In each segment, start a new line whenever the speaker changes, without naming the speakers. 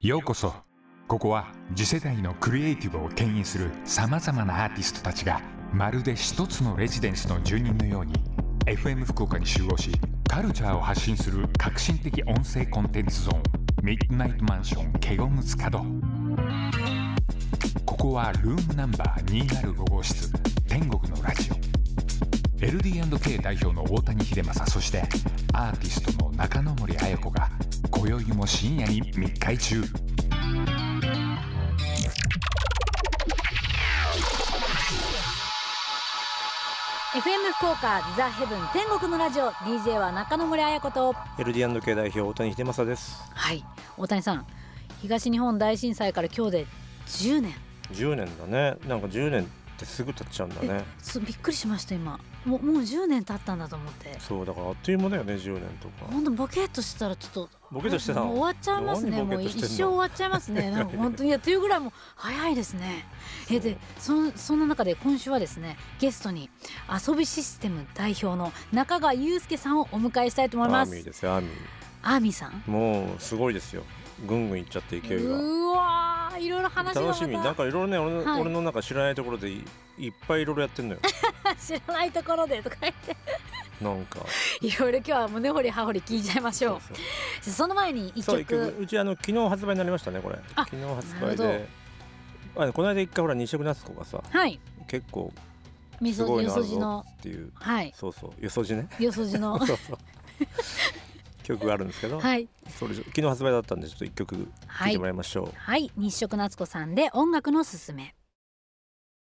ようこそここは次世代のクリエイティブを牽引するさまざまなアーティストたちがまるで一つのレジデンスの住人のように FM 福岡に集合しカルチャーを発信する革新的音声コンテンツゾーン「ミッドナイトマンションケゴムツカド」ここはルームナンバー205号室天国のラジオ LD&K 代表の大谷秀正そしてアーティストの中野森彩子が今宵も深夜に密会中
FM 福岡ザ・ヘブン天国のラジオ DJ は中野村彩子と
LD&K 代表大谷秀正です
はい大谷さん東日本大震災から今日で10年
10年だねなんか10年ってすぐ経っちゃうんだね
そうびっくりしました今もうもう10年経ったんだと思って
そうだからあっという間だよね10年とか
本当ボケっとしてたらちょっと
ボケっとしてた
もう終わっちゃいますね
何ボ
も
ケ
う
っとしてん
一
の
生終わっちゃいます ねなんか本当にいやというぐらいもう早いですねえでそのそんな中で今週はですねゲストに遊びシステム代表の中川祐介さんをお迎えしたいと思い
ア
ま
ーミー
す
ですよアーミ
アーミーさん
ーもうすごいですよぐんぐんいっちゃって勢いが
うわーいろいろ話がま
楽
た
しみなんかいろいろね俺の,、
はい
俺のなんか知らないところでいいっぱいいろいろやってんのよ
知らないところでとか言って
なん か
いろいろ今日は胸掘り葉掘り聞いちゃいましょ
そう
うその前に一
そうそう一
曲
曲うちあの昨日発売になりましたねこれ
あ
昨日発
なる
売
ほ
であこの間一回ほら西食夏子がさ
はい
結構
み
す
そ
ごい
よ
のあ
そ
る
じ
ぞ
の
っていう
はい
そうそうよそじね
よそじの
そうそう曲があるんですけど、
はい
それじゃ昨日発売だったんでちょっと一曲聴いてもらいましょう、
はい日食夏子さんで音楽のすすめ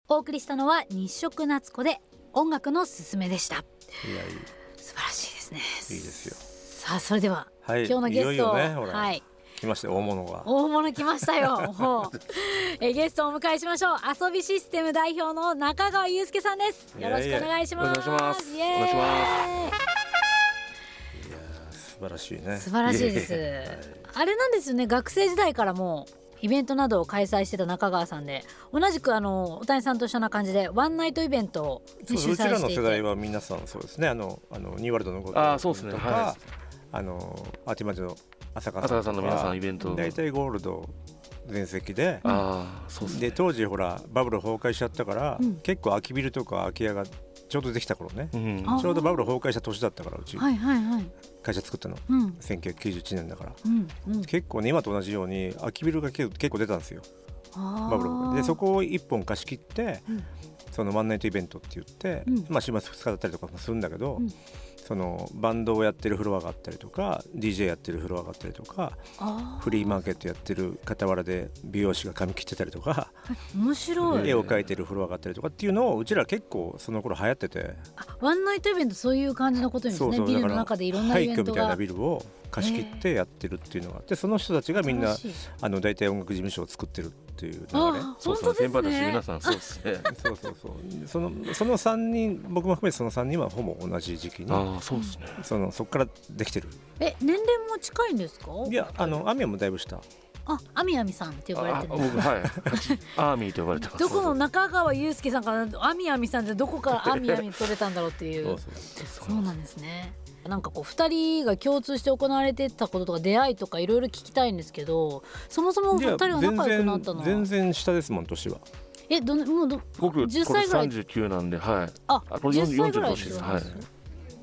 お送りしたのは日食夏子で音楽のすすめでした
い、やいい
素晴らしいですねいい
いいですよ
さあそれでは
はい
今日のゲス
い
ト
よ
を
いよねほら、
はい
来ましたよ大物が
大物来ました よもうえーゲストをお迎えしましょう遊びシステム代表の中川祐介さんですよろしくお願いします
いやいやお願いします
イエーイ
お願いし素晴らしいね
素晴らしいです、 あれなんですよね学生時代からもうイベントなどを開催してた中川さんで同じくあの大谷さんと一緒な感じでワンナイトイベントを主
そうそ
催
ううちら
し
の
てい
世代
て
は皆さんそうですねあのあのニーワールドのご
あーそうですね
とか、
は
あのアーティマジの浅川
浅
さん
川さんの皆さんイベント
大体ゴールド全席で
ああそうですね
で当時ほらバブル崩壊しちゃったから、
うん
結構空きビルとか空き家がちょうどできた頃ね、
うん
あ
ちょうどバブル崩壊した年だったからうち
はいはいはい
会社作ったの
うん
1991年だから
うんうん
結構ね今と同じように空きビルが結構結構出たんですよ
あー
バブル崩壊でそこを1本貸し切って、
うん
そのワンナイトイベントって言って、
うん
まあ、週末2日だったりとかもするんだけど、
うん
そのバンドをやってるフロアがあったりとか DJ やってるフロアがあったりとか
あー
フリーマーケットやってる傍らで美容師が髪切ってたりとか、
面白い
絵を描いてるフロアがあったりとかっていうのをうちら結構その頃流行ってて
あワンナイトイベントそういう感じのことにですねビルの中でいろんなイベ
廃墟
ン
み
ト
たい
が
なビルを貸し切ってやってるっていうのがあってその人たちがみんな
楽しい
あの大体音楽事務所を作ってるっていう流れ
あー
そう
本当
そう
です
先輩たち
ね
皆さんそうで すね
そうそうそうそのその3人僕も含めてその3人はほぼ同じ時期に
ああそうですね
そのそこからできてる
え年齢も近いんですか
いやあのアミヤもだいぶ下
あアミアミさんって呼ばれて
あ
るん
僕
です
はいアーミーと呼ばれてます
どこの中川祐介さんからアミアミさんってどこ からアミアミ取れたんだろうっていうそうなんですねなんかこう2人が共通して行われてたこととか出会いとかいろいろ聞きたいんですけどそもそもお
い
二
や
人は
全
仲良くな
然
ったの
全
は
然下ですもん年は
えどのもうど
僕これ
10歳ぐらい
39なんではい
あ
あこれ
10
40
歳ぐらい
の年ですはい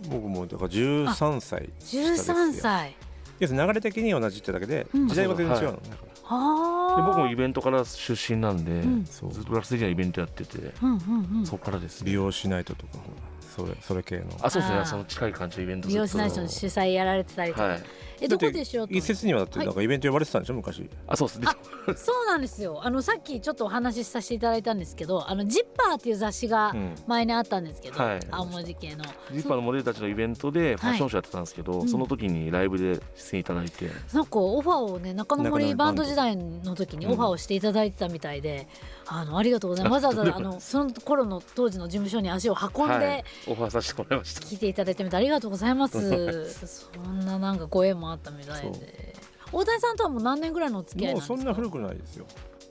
僕もだから13歳下ですよ
13歳
要するに流れ的に同じってだけで
うん
時代は全然違うのだか
あ
ら
で
あ
僕もイベントから出身なんで
ん
そう
ずっと学生時代イベントやってて
うんうんうん
そこからです
美
ね
容しないととかほらそれそれ系の
あそうです
あー
ねその近い感じのイベント
美容師ナイトの主催やられてたりとか、
はい
え
だ
ど
って
こでしようと思
一
って
説にはだってなんかイベント呼ばれてたんでしょ昔
あそうですね
そうなんですよあのさっきちょっとお話しさせていただいたんですけど「あのジッパーっていう雑誌が
うん
前にあったんですけど、
はい
青文字系の
ジッパーのモデルたちのイベントでファッションショーやってたんですけど、
い
その時にライブで出演いただいて、
なんかオファーをね中野森
中野森
バ
バ
ン
ン
ド
ド
時代の時に
うん
オファーをしていただいてたみたいで、あのありがとうございますわざわざあのその頃の当時の事務所に足を運ん
は
で
い、オファーさせてもらいました
来ていただいてみてありがとうございますそんななんかご縁もあったみたい
そう
で大谷さんとはもう何年ぐらいのお付き合い
も
なんで
う
すか
そんな古くないですよ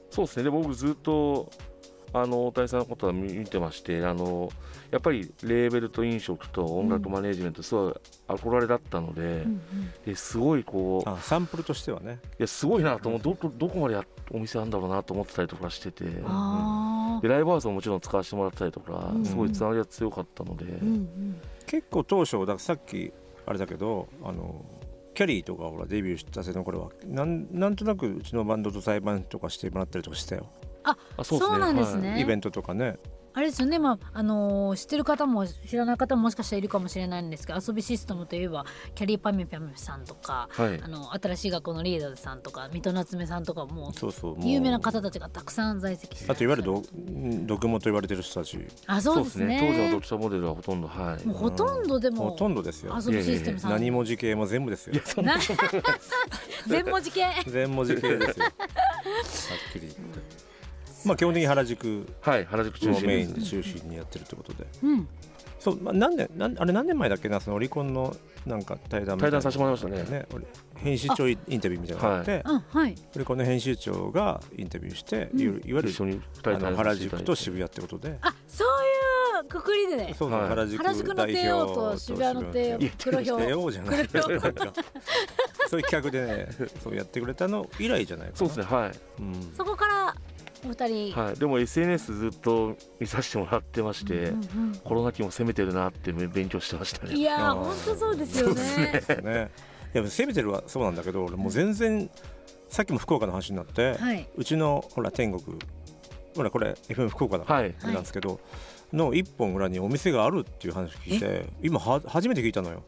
そうですねで僕ずっとあの大谷さんのことは見見てましてあのやっぱりレーベルと飲食と音楽マネージメントすごい憧れだったので,、ですごいこう
あサンプルとしてはね
いやすごいなと思うどこどこまでやお店あるんだろうなと思ってたりとかしてて。
あ
でライブハウスももちろん使わせてもらったりとか、
うん
すごいつながりが強かったので、
ーうんうん
結構当初だからさっきあれだけどあのキャリーとかほらデビューしたての頃はなんなんとなくうちのバンドと対バンとかしてもらったりとかしたよ、
あ
そうなんですね
はい
イベントとかね
あれですよね、まああのー知ってる方も知らない方ももしかしたらいるかもしれないんですけど遊びシステムといえばキャリーパミュパミュさんとか
はい
あの新しい学校のリーダーズさんとか水戸夏目さんとかも
そうそ
う
う
有名な方たちがたくさん在籍して
あといわゆる
ど
ど毒もと言われてる人たち
あそうですね
当時の読者モデルはほとんどはい
もうほとんどでも
ほとんどですよ
遊びシステムさん
何文字系も全部ですよ
な 全文字系
全文字系ですよはっきり言ってまあ基本的に原宿
はい原宿中
を
心
メイ
で
ン
す
で中心にやってるってことで
うん
そう、まあ、何年なんあれ何年前だっけなそのオリコンのなんか対談みた
対
いな
談させてもらいましたね
ね、俺編集長インタビューみたいなのがあって、
うんはい
でこの編集長がインタビューして、いわゆるいわゆ
一緒
る
に二
あ
人
の原宿と渋谷ってことで、
あそういうくくりでね
そうそう
はい
原宿
原宿の帝王と渋谷の帝王
いや
黒豹
帝王じゃない
黒
なんかそういう企画でね、そうやってくれたの以来じゃないかな。
そうですねは
うん
そこからお二
い、
人、
はい、でも SNS ずっと見させてもらってまして、
うんうん
コロナ期も攻めてるなって勉強してました
うんい
ね
やー
あー
本当そうですよね
ね、いや攻めてるはそうなんだけど、俺もう全然さっきも福岡の話になって、
はい、
うちのほら天国、ほらこれ FM 福岡だから
はい
はい
なんですけど、の一本裏にお店があるっていう話聞いて今は初めて聞いたのよ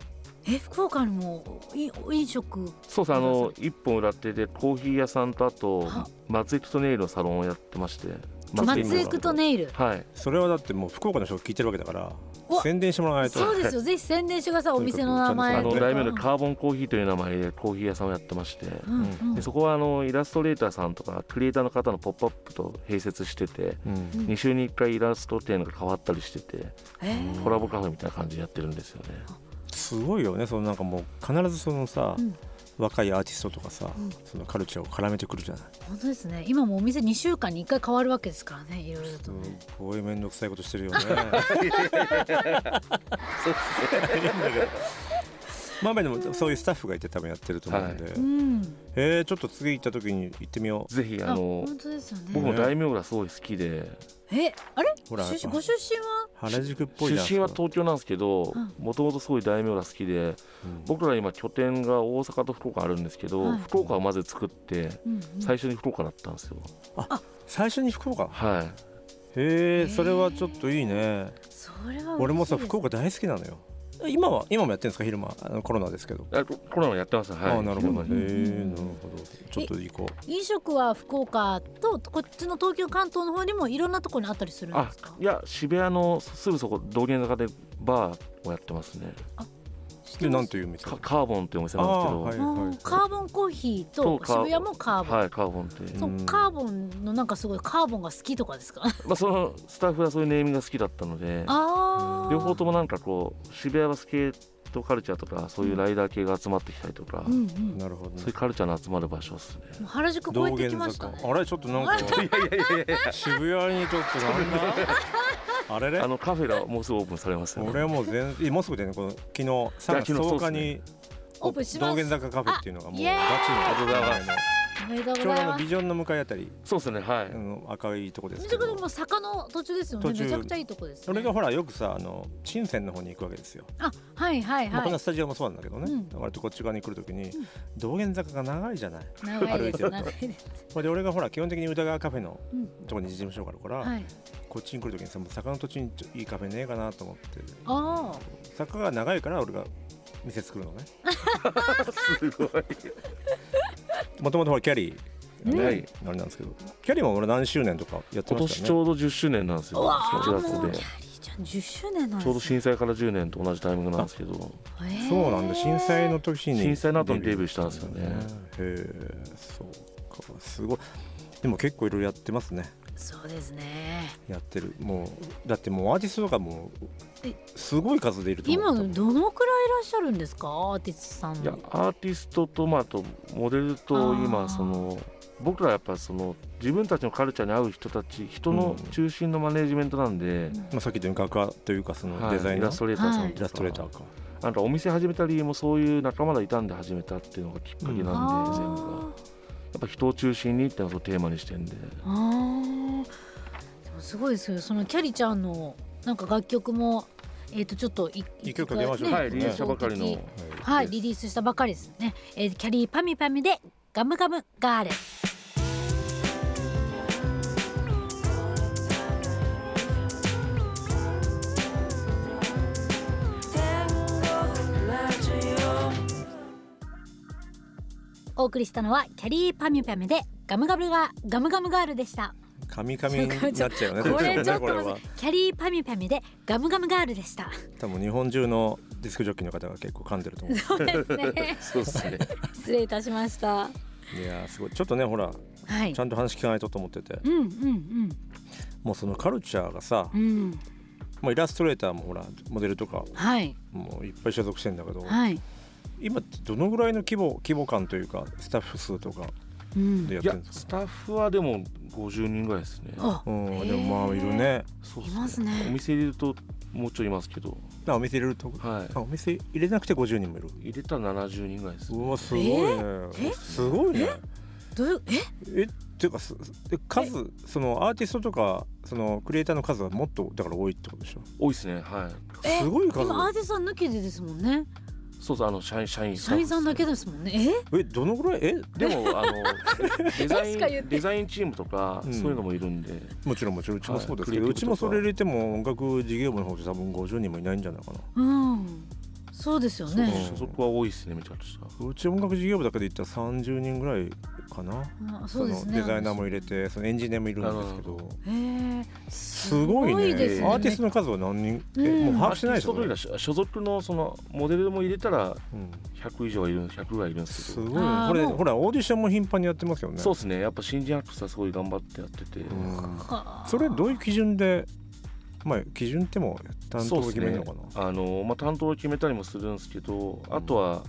え福岡にもい飲食
そうですねあの一本裏手でコーヒー屋さんとあと
は
松井とネイルのサロンをやってまして
松
井
江区とネイル
はい
それはだってもう福岡の人が聞いてるわけだから
お
宣伝してもらわないと
そうですよぜひ宣伝してくださいお店の名前
あ
と
の
か
題名のカーボンコーヒーという名前でコーヒー屋さんをやってまして、
うんうん
でそこはあのイラストレーターさんとかクリエイターの方のポップアップと併設してて
うん
2週に1回イラスト展が変わったりしてて
えー
コラボカフェみたいな感じでやってるんですよね
すごいよねそのなんかもう必ずそのさ、
うん
若いアーティストとかさ、そのカルチャーを絡めてくるじゃない
本当ですね今もお店2週間に1回変わるわけですからねいろいろ
す
とね
ごい面倒くさいことしてる よね いやだけどまあまあでもそういうスタッフがいて多分やってると思うんで、
うん
えー、ちょっと次行った時に行ってみよう
ぜひあ
あ
の
本当ですよ
僕
ね
も大名がすごい好きで
えあれ
ほら
出身ご出身は
原宿っぽい
出
な
身は東京なんですけどもともとすごい大名が好きで
うん
僕ら今拠点が大阪と福岡あるんですけど
はい
福岡をまず作って
うんうん
最初に福岡だったんですよ
最初に福岡
はい
へえそれはちょっといいね
それは
俺もさ福
岡
岡大好きなのよ今は今もやってるんですか昼間あのコロナですけど、
あココロナもやってますはい
ああなるほどへえ
広場で
なるほどちょっと行こう
飲食は福岡とこっちの東京関東の方にもいろんなところにあったりするんで
あ
すか
いや渋谷のすぐそこ道玄坂でバーをやってますね
知って
で
ま
な
す
んていう店
カカーボンってお店なんですけど
あーはい
あーカーボンコーヒーと
とカーボン
渋谷もカーボン、
はい、カーボンっていう、
そう
うん
カーボンのなんかすごいカーボンが好きとかですか
まあ、そのスタッフがそういうネーミングが好きだったので
あー
両方ともなんかこう渋谷はスケートカルチャーとかそういうライダー系が集まってきたりとか、
うんうんも
なるほど
そういうカルチャーの集まる場所ですね
う原宿越えてきましたね
あれちょっと なんか渋谷にちょっとなんだあれれ
あのカフェがもうすぐオープンされますよね
俺はもう全いやもうすぐでねこの昨日3月
昨日そうっ
10日
す
に
ね
オープンします
道玄坂カフェっていうのがもう
あイ
ガ
エーイ
チの
ありがとうございます
おめでとうご
ちょう
ざ
どあ
い
の
ます
ビジョンの向かいあたり
そうですねはい、
あの赤いとこです
め
け
ちゃくち
ど
ゃもう坂の途中ですよね
途中
めちゃくちゃいいとこです、ね、
俺がほらよくさあの深センの方に行くわけですよ
あはいはい
まあ、
は
こ
い
のスタジオもそうなんだけどね、
うん
割とこっち側に来るときに、道玄坂が長いじゃない
長いです
歩いてると
長いです
これで俺がほら基本的に宇田川カフェの
うん
とこに事務所があるから、
はい
こっちに来るときにさもう坂の土地にちょいいカフェねえかなと思って
ああ
坂が長いから俺が店作るのね
すごい
もともとほらキャリーがね、
はい
あれなんですけどキャリーも俺何周年とかやって
今
ま
年
し
ち
たよね
ょうど10周年なんです
う
よ
わー
8
もう
月
キ
で
ャリーちゃん10周年なんですね
ちょうど震災から10年と同じタイミングなんですけど
へー
そうなんだ震災の時に
震災の後にデビューしたんですよね
へえそうかすごいでも結構いろいろやってますね
そうですね
やってるもうだってもうアーティストとかも
え
すごい数でいると思
今
う
どのくらいいらっしゃるんですかアーティストさん
いやアーティストと、まあ、あとモデルと
あー
今その僕らやっぱその自分たちのカルチャーに合う人たち人の
うん
中心のマネージメントなんで、
まあ、さっきの画家というかその
はい
デザイ
イ
ナ
ラ
ー、
ストレーターさ
は
んとか、
い
イラストレーターか
あとお店始めた理由もそういう仲間がいたんで始めたっていうのがきっかけなんで、
う
あ
全部がやっぱ人を中心にっていうのをテーマにしてんで
ーあーでもすごいですよそのキャリちゃんのなんか楽曲もえっ、とちょっとい
一曲かけましょう
ね
はいリリースしたばかりの。
はい、リリースしたばかりですね。えーキャリーパミパミでガムガムガーレ。お送りしたのはキャリーパミュパミュでガムガムがガムガムガールでした。
カミカミになっちゃうよね
これちょっと
これ
まずい
は
キャリーパミュパミュでガムガムガールで した。
多分日本中のディスクジョッキーの方が結構噛んでると思う
そうですね
そうですね
失礼いたしました。
いやーすごいちょっとねほら
はい
ち。ゃんと話聞かないとと思ってて
うんうん
もうそのカルチャーがさ
うんうん。
もうイラストレーターもほらモデルとか
はい
もういっぱい所属してんだけど
はい。
今ってどのぐらいの規模規模感というかスタッフ数とか
うん
でやっ
い
て
や
るんです
スタッフはでも50人ぐらいですね
あ
かうんでもまあいるね
そうっ
いますね
お店入れるともうちょいいますけど
あお店入れると
は
あお店入れなくて50人もいる
い入れたら70人ぐらいです
うわすごいね
え
すごいね
どういうえ
えっていうかすえ数そのアーティストとかそのクリエイターの数はもっとだから多いってことでしょ
多いですねはい
え
すごい数
今アーティストさん抜きでですもんね
そうそうあの社員社員
社員さんだけ
で
ですもんねえ
えどのぐらいえ
でもあ のデザイ
しか言って
ンデザインチームとか、
うん
そういうのもいるんで
もちろんもちろんうちもそうですけど、
はいう
ちもそれ入れても音楽事業部の方で多分50人もいないんじゃないかな
うんそうですよね
所属は多いですねめちゃくちゃ
うち音楽事業部だけで言ったら30人ぐらいかな
あそうですね
のデザイナーも入れてそのエンジニアもいるんですけど
へえ
すごいね
ですね
アーティストの数は何人、え
うん
もう把握してないでしょ、
アーティストというか所属のそのモデルも入れたら
うん、
100以上はいる100ぐらいいるんです
す
けど
ごいね
あー
これ
もう
ほらオーディションも頻繁にやってますよね
そうですねやっぱ新人発掘はすごい頑張ってやってて、
うん
はあ
それどういう基準でまあ基準っても担当
そう
を
です
決め
ね
るのかな
あの、まあ、担当を決めたりもするんですけど、あとは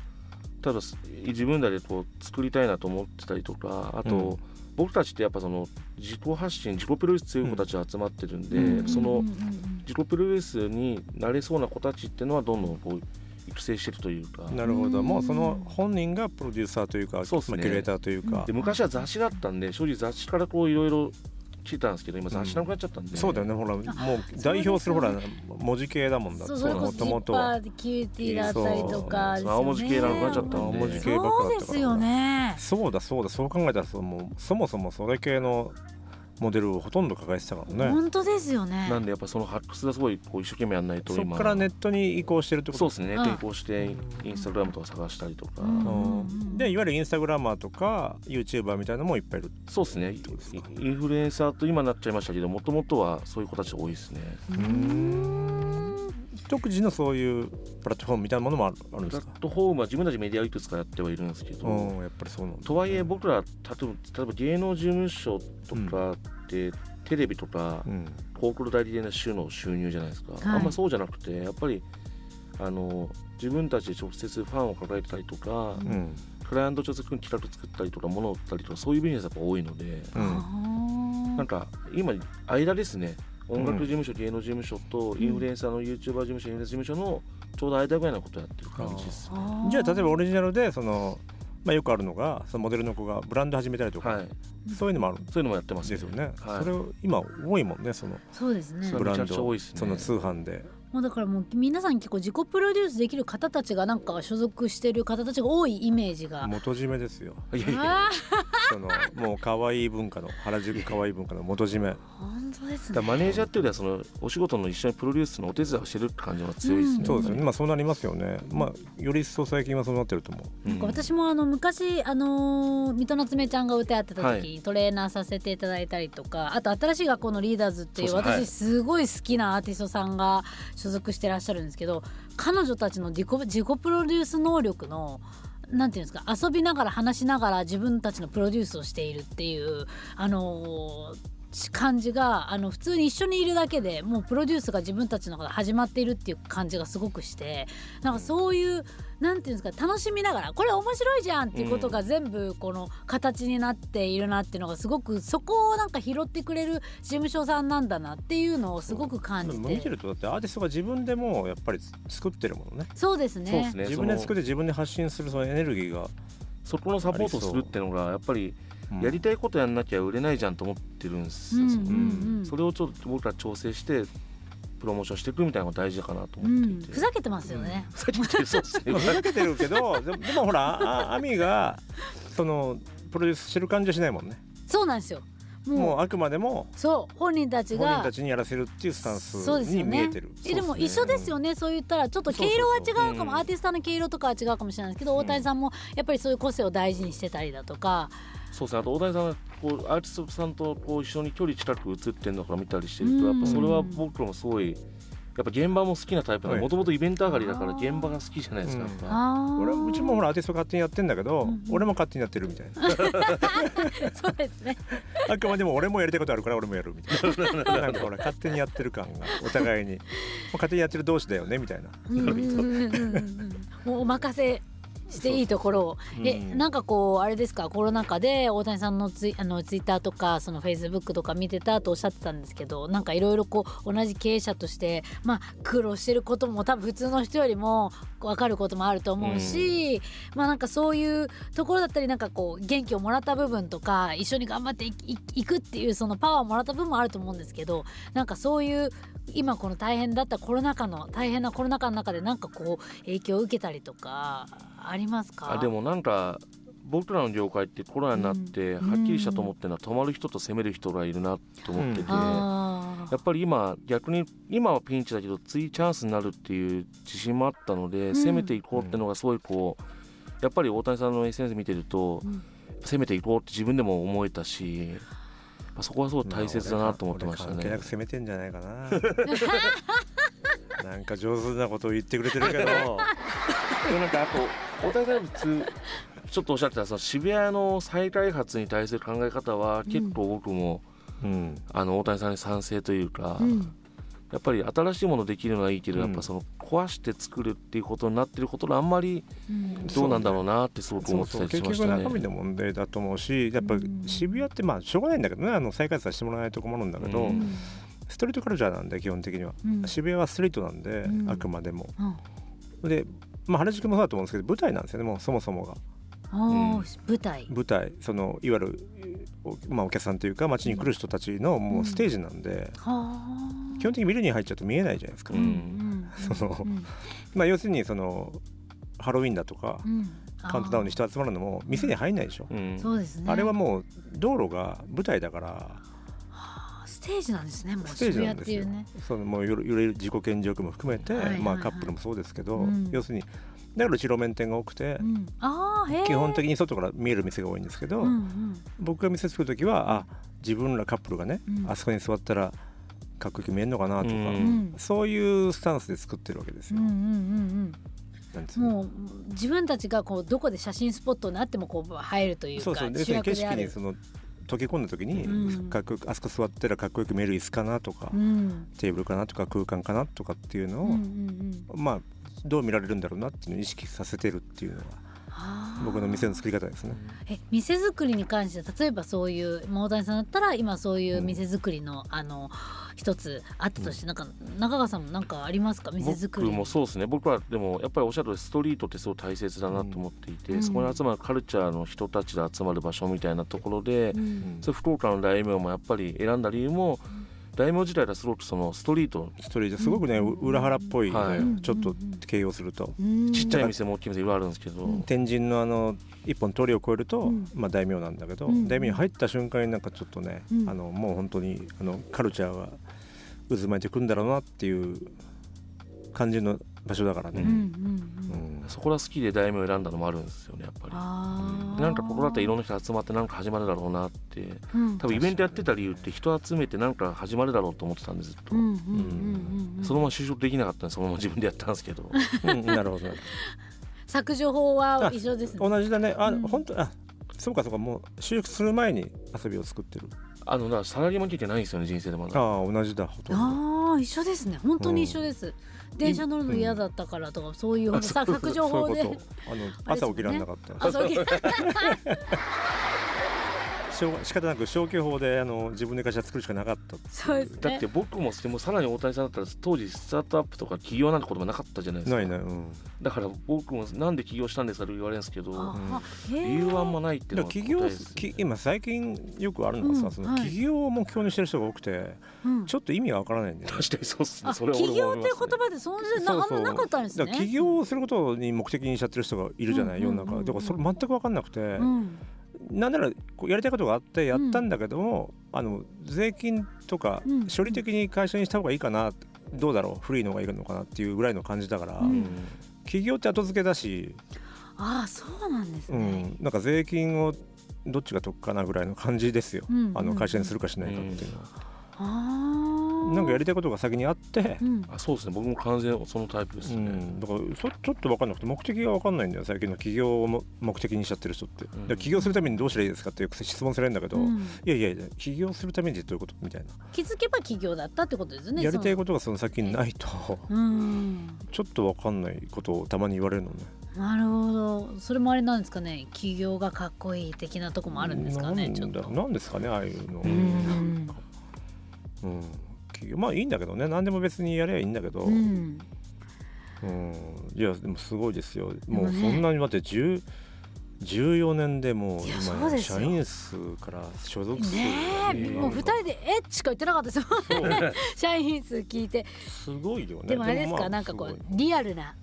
ただす自分らでこう作りたいなと思ってたりとかあと、
うん
僕たちってやっぱその自己発信自己プロデュース強い子たちが集まってるんで、
うんうん
その
うんうんうん
自己プロデュースになれそうな子たちっていうのはどんどんこう育成してるというか。
なるほ
う
ど
ん
もうその本人がプロデューサーというか
そうっすね
まあキュレーターというか
で昔は雑誌だったんで正直雑誌からこういろいろ来てたんですけど今雑誌なくなっちゃったんで、
そうだよねほらもう代表するほら文字系だもんだ
そうそれこ
も
そ
と
ジッ
もと
パーでキューティーだったりとかですよね
そう青文字系なくなっちゃったんで
青文字系ばっか
そ
だ
う
っ
で
たか
す
ら
よね
そうだそうだそう考えたらそもうそもそもそれ系のモデルをほとんど抱えてたからね
本当ですよね
なんでやっぱその発掘がすごいこう一生懸命やんないと
そ
今
っからネットに移行してるってこ
そう
と
ですね
うん
転校してインスタグラムとか探したりとか、
うん
うんでいわゆるインスタグラマーとかユーチューバーみたいなのもいっぱいいる
そうですね
どうですか
インフルエンサーと今なっちゃいましたけどもともとはそういう子たち多いですね
独自のそういうプラットフォームみたいなものもあるあるん
プ
で
ラ
すか
ットフォームは自分たちメディアをいくつかやってはいるんですけど、
うんやっぱりそうなんだ
とはいえ僕ら例えば例えば芸能事務所とかって、テレビとか
うん
広告代理店の収の収入じゃないですか、
い
あんまそうじゃなくてやっぱりあの自分たちで直接ファンを抱えてたりとか、
うん
クライアント直接企画作ったりとか物を売ったりとかそういうビジネスが多いので、
うん
なんか今間ですね音楽
うん
事務所、芸能事務所と
ん
インフルエンサーの YouTuber 事務所、インフルエンサー事務所のちょうど間ぐらいのことやってる感じですね。
じゃあ例えば
ば
オリジナルでその、まあ、よくあるのがそのモデルの子がブランド始めたりとか、
はい、
そういうのもあるん
そういうのもやってます
ですよね、
はい
それを今多いもんねその
そうですね
それ
ブランド
めちゃくちゃ多いっすね
その通販で
もうだからもう皆さん結構自己プロデュースできる方たちがなんか所属してる方たちが多いイメージが。
元締めですよ
いやいや、
あ
そのもう可愛い文化の原宿可愛い文化の元締め
ー本当です
だから
ね。
マネージャーっていうよりはそのお仕事の一緒にプロデュースのお手伝いをしてるって感じが強いです
う
ね。
ん
そうですよねまあそうなりますよねまあより一層最近はそうなってると思う
うん
なんか私もあの昔あのー水戸夏目ちゃんが歌やってた時にトレーナーさせていただいたりとか、あと新しい学校のリーダーズっていう
そうですねはい
私すごい好きなアーティストさんが所属してらっしゃるんですけど彼女たちの自己自己プロデュース能力のなんていうんですか遊びながら話しながら自分たちのプロデュースをしているっていうあのー感じがあの普通に一緒にいるだけでもうプロデュースが自分たちの中で始まっているっていう感じがすごくしてなんかそういうなんていうんですか楽しみながらこれ面白いじゃんっていうことが全部この形になっているなっていうのがすごくそこをなんか拾ってくれる事務所さんなんだなっていうのをすごく感じ
でも見て
て
るとだってアーティストが自分でもうやっぱり作ってるものね
そうですね
そうですね
自分で作って自分で発信するそのエネルギーが、
そこのサポートをするっていうのがやっぱり
うん
やりたいことやんなきゃ売れないじゃんと思ってるんです
う
よ、
んう
その
んうん
それをちょっと僕ら調整してプロモーションしていくみたいなのが大事かなと
う
思ってい
ん
て、
ふざけてますよね、
ふざけてるそうですね
まあふざけてるけどででもほらあアミがそのプロデュースしてる感じはしないもんね
そうなんですよもう
もうあくまでも
そう本人たち
本人
が
たちにやらせるっていうスタンス
そうです
に
よ
見
ね
えてる
えでも一緒ですよねそう言ったらちょっと毛色は違うかも
そうそうそううん
アーティストの毛色とかは違うかもしれないですけど、大谷さんもやっぱりそういう個性を大事にしてたりだとか、
そうですねあと大谷さんがこうアーティストさんとこう一緒に距離近く写ってるのから見たりしてると
う
や
ん
っぱそれは僕らもすごいやっぱ現場も好きなタイプな
はい
もともとイベント上がりだから
あー
現場が好きじゃないですか、
うん
やっぱ
あー
俺うちもほらアーティスト勝手にやってんだけど、
うんうん
俺も勝手にやってるみたいな
そうですね
あくまでも俺もやりたいことあるから俺もやるみたいななんかほら勝手にやってる感がお互いにもう勝手にやってる同士だよねみたいな
うんうんうんうんうんもうお任せしていいところをえ
うん
なんかこうあれですかコロナ禍で大谷さんのツイあのツイッターとかそのフェイスブックとか見てたとおっしゃってたんですけどなんかいろいろこう同じ経営者としてまあ苦労してることも多分普通の人よりも分かることもあると思うし、まあなんかそういうところだったりなんかこう元気をもらった部分とか一緒に頑張っていいいくっていうそのパワーをもらった部分もあると思うんですけどなんかそういう今この大変だったコロナ禍の大変なコロナ禍の中でなんかこう影響を受けたりとかありますか
あでもなんか僕らの業界ってコロナになって
うん
はっきりしたと思ってるのは止まる人と攻める人がいるなと思ってて、
うん
や
あー
っぱり今逆に今はピンチだけど次チャンスになるっていう自信もあったので、
ん
攻めていこうってのがすごいこうやっぱり大谷さんの SNS 見てると、
うん
攻めていこうって自分でも思えたしやっぱそこはすごい大切だなと思ってました
俺関係な
ね
く。攻めてんじゃないか ななんか上手なことを言ってくれてるけど
でもなんかあと大谷さんが普通ちょっとおっしゃってたその渋谷の再開発に対する考え方は結構僕も、
うん
あの大谷さんに賛成というか、
うん
やっぱり新しいものできるのはいいけど、
うん
やっぱその壊して作るっていうことになってることがあんまり
うん
どうなんだろうなってすごく
そ
思
う
って
そ
た
う
りし
結
まし
局
た
中身
ね。
の問題だと思うしやっぱ
うん
渋谷ってまあしょうがないんだけどねあの再開発はしてもらわないと困るんだけど、
う
うん
ストリートカルチャーなんで基本的には、
うん
渋谷はストリートなんで、
うん
あくまでも
うん
で、まあ、原宿もそうだと思うんですけど舞台なんですよねもうそもそもが
あ
うん
ー舞台
舞台そのいわゆるお,、まあ、お客さんというか街に来る人たちのもうステージなんで、
はー
基本的にビルに入っちゃうと見えないじゃないですか、
うん
その
うん
まあ、要するにそのハロウィンだとか、
うん
カウントダウンに人集まるのも店に入んないでしょ、
うん
そうですね
あれはもう道路が舞台だから
あーステージなんですねもう
ステージ
渋
な
谷
ん
っ
です
てい
よ
うね
そのもういろいろ自己顕示欲も含めて、
はいはいはい
まあ、カップルもそうですけど、
うん
要するにだから白面店が多くて
う、んあーへー
基本的に外から見える店が多いんですけど、
うんうん
僕が店作る時はあ自分らカップルがね、
うん
あそこに座ったらかっこよく見えるのかなとか、
う
う
んん
そういうスタンスで作ってるわけです
うんう
よ。
んうん
なんつ
うん
うの
もう自分たちがこうどこで写真スポットになってもこう入るというか
そうそう要す
主
るに景
役であ
色に
る
その溶け込んだ時に、
うん
かっこよくあそこ座ったらかっこよく見える椅子かなとか、
うん
テーブルかなとか空間かなとかっていうの
う
を、
んうんうん
まあどう見られるんだろうなっていうのを意識させてるっていうのが
あー
僕の店の作り方ですね。
え店作りに関して例えばそういうまあ大谷さんだったら今そういう店作りの、あの一つあったとして、なんか中川さんもなんかありますか店作
僕
り
もそうですね僕はでもやっぱりおっしゃる通りストリートってすごい大切だなと思っていて、
うん
そこに集まるカルチャーの人たちが集まる場所みたいなところで、
うん
そう福岡の大名もやっぱり選んだ理由も大名自体がすごくそのストリート
ストリートすごくね、う裏腹っぽいのよ、
はい
ちょっと形容すると。
うん
ちっちゃい店も大きい店いろいろあるんですけど、
うん
天神のあの一本通りを越えると、
うん
まあ、大名なんだけど、
うん
大名入った瞬間になんかちょっとね、
うん
あのもう本当にあのカルチャーが渦巻いてくんだろうなっていう感じの場所だから
うんう
ね。
ん
う
うん
ん
そこら好きで題名を選んだのもあるんですよねやっぱり。
あー
なんかここだったらいろんな人集まってなんか始まるだろうなって
うん
多分イベントやってた理由って人集めてなんか始まるだろうと思ってたんですずっと、
うんうんうんうん
そのまま就職できなかったんでそのまま自分でやったんですけど
うんなるほどなる
削除法は一緒です
ほど
ね
同じだねあ、
うん
本当あそうかそうかもう就職する前に遊びを作ってる
あのなサラリーマン経験ないんですよね人生でまだ
ああ同じだほとんど
ああ一緒ですね本当に一緒です、電車乗るの嫌だったからとかそういうほんと錯覚情報
そうい
で
うことあの朝起きられなかった、
あそうき
しょうが仕方なく消去法であの自分で会社作るしかなかったって い
そうですね
だって僕もしてもさらに大谷さんだったら当時スタートアップとか起業なんてこともなかったじゃないですか
ないない、うん、
だから僕もなんで起業したんですかと言われるんですけど
ああへえ
理由はあんまないって
でも
いうのが
起業
答えです
すき今最近よくあるのがさ、
うん
そ
は
の
い
起業を目標にしてる人が多くて、
うん
ちょっと意味がわからないんだよね
確かにそうっすね
あ
それは
起
俺も
業
思
っ
い
て
ま
いう
すね
言葉でそんなな
そうそう
あんまなかったんです
だ
ね
から起業をすることに目的にしちゃってる人がいるじゃない、
うんうん
世の
うんう
中
ん
だからそれ全く分かんなくて、
うん
なんならこうやりたいことがあってやったんだけども、あの税金とか
うん
処理的に会社にした方がいいかなどうだろう古いのがいいのかなっていうぐらいの感じだから、
うん
起業って後付けだし、
ああそうなんです
う
ね
ん、なんか税金をどっちが得かなぐらいの感じですよ、
うんうん
あの会社にするかしないかっていうのは、
ああ
なんかやりたいことが先にあって、
うん
あそうですね僕も完全にそのタイプで
う
すね、
ん、だからそちょっと分かんなくて目的が分かんないんだよ最近の起業をも目的にしちゃってる人って、
ん
で起業するためにどうしたらいいですかってよく質問されるんだけど、
うん
いやいやいや起業するためにってどういうことみたいな、
気づけば起業だったってことですね
やりたい
こ
ことがその先にないと
とうん
ちょっと分かんないことをたまに言われるのね
なるほどそれもあれなんですかね起業がかっこいい的なとこもあるんですかね
なん
ちょっ
だ
と
ろうなんですかねああいうの、う
うんん
起業まあいいんだけどね何でも別にやればいいんだけど、
う
うん
ん
いやでもすごいですよ
も
も
ね
うそんなに待って10 14年でもう
いやそう
今
ですよ
社員数から所属数
ねえ
に
もう二人で「えっ?」しか言ってなかったですもんね 社員数聞いて
すごいよね
でもあれですか、
ま
なんかこ
す
う
ごい
リアルな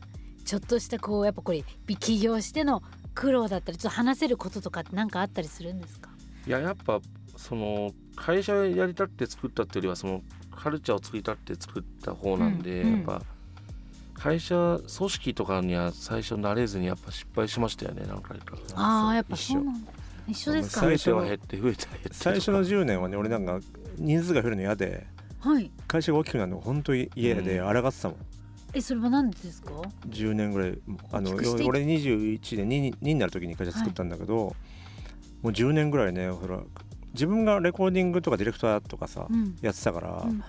ちょっとしたこうやっぱこれ起業しての苦労だったりちょっと話せることとかってなんかあったりするんですか
いややっぱその会社やりたくて作ったっていうよりはそのカルチャーを作りたくて作った方なんで、
うんうん
やっぱ会社組織とかには最初慣れずにやっぱ失敗しましたよね何回か
あ
そ
あ
う
やっぱそうなんだ一緒ですか
最
最
初
初は減って増えて減って
最初の10年はね俺なんか人数が増えるの嫌で
はい
会社が大きくなるのが本当に嫌で
う
抗ってたもん、
えそれは何でですか
10年ぐらいあの
大きくしてい
俺21で 2, に2になる時に会社作ったんだけど、もう10年ぐらいねほら自分がレコーディングとかディレクターとかさ、
うん
やってたから、
うんうん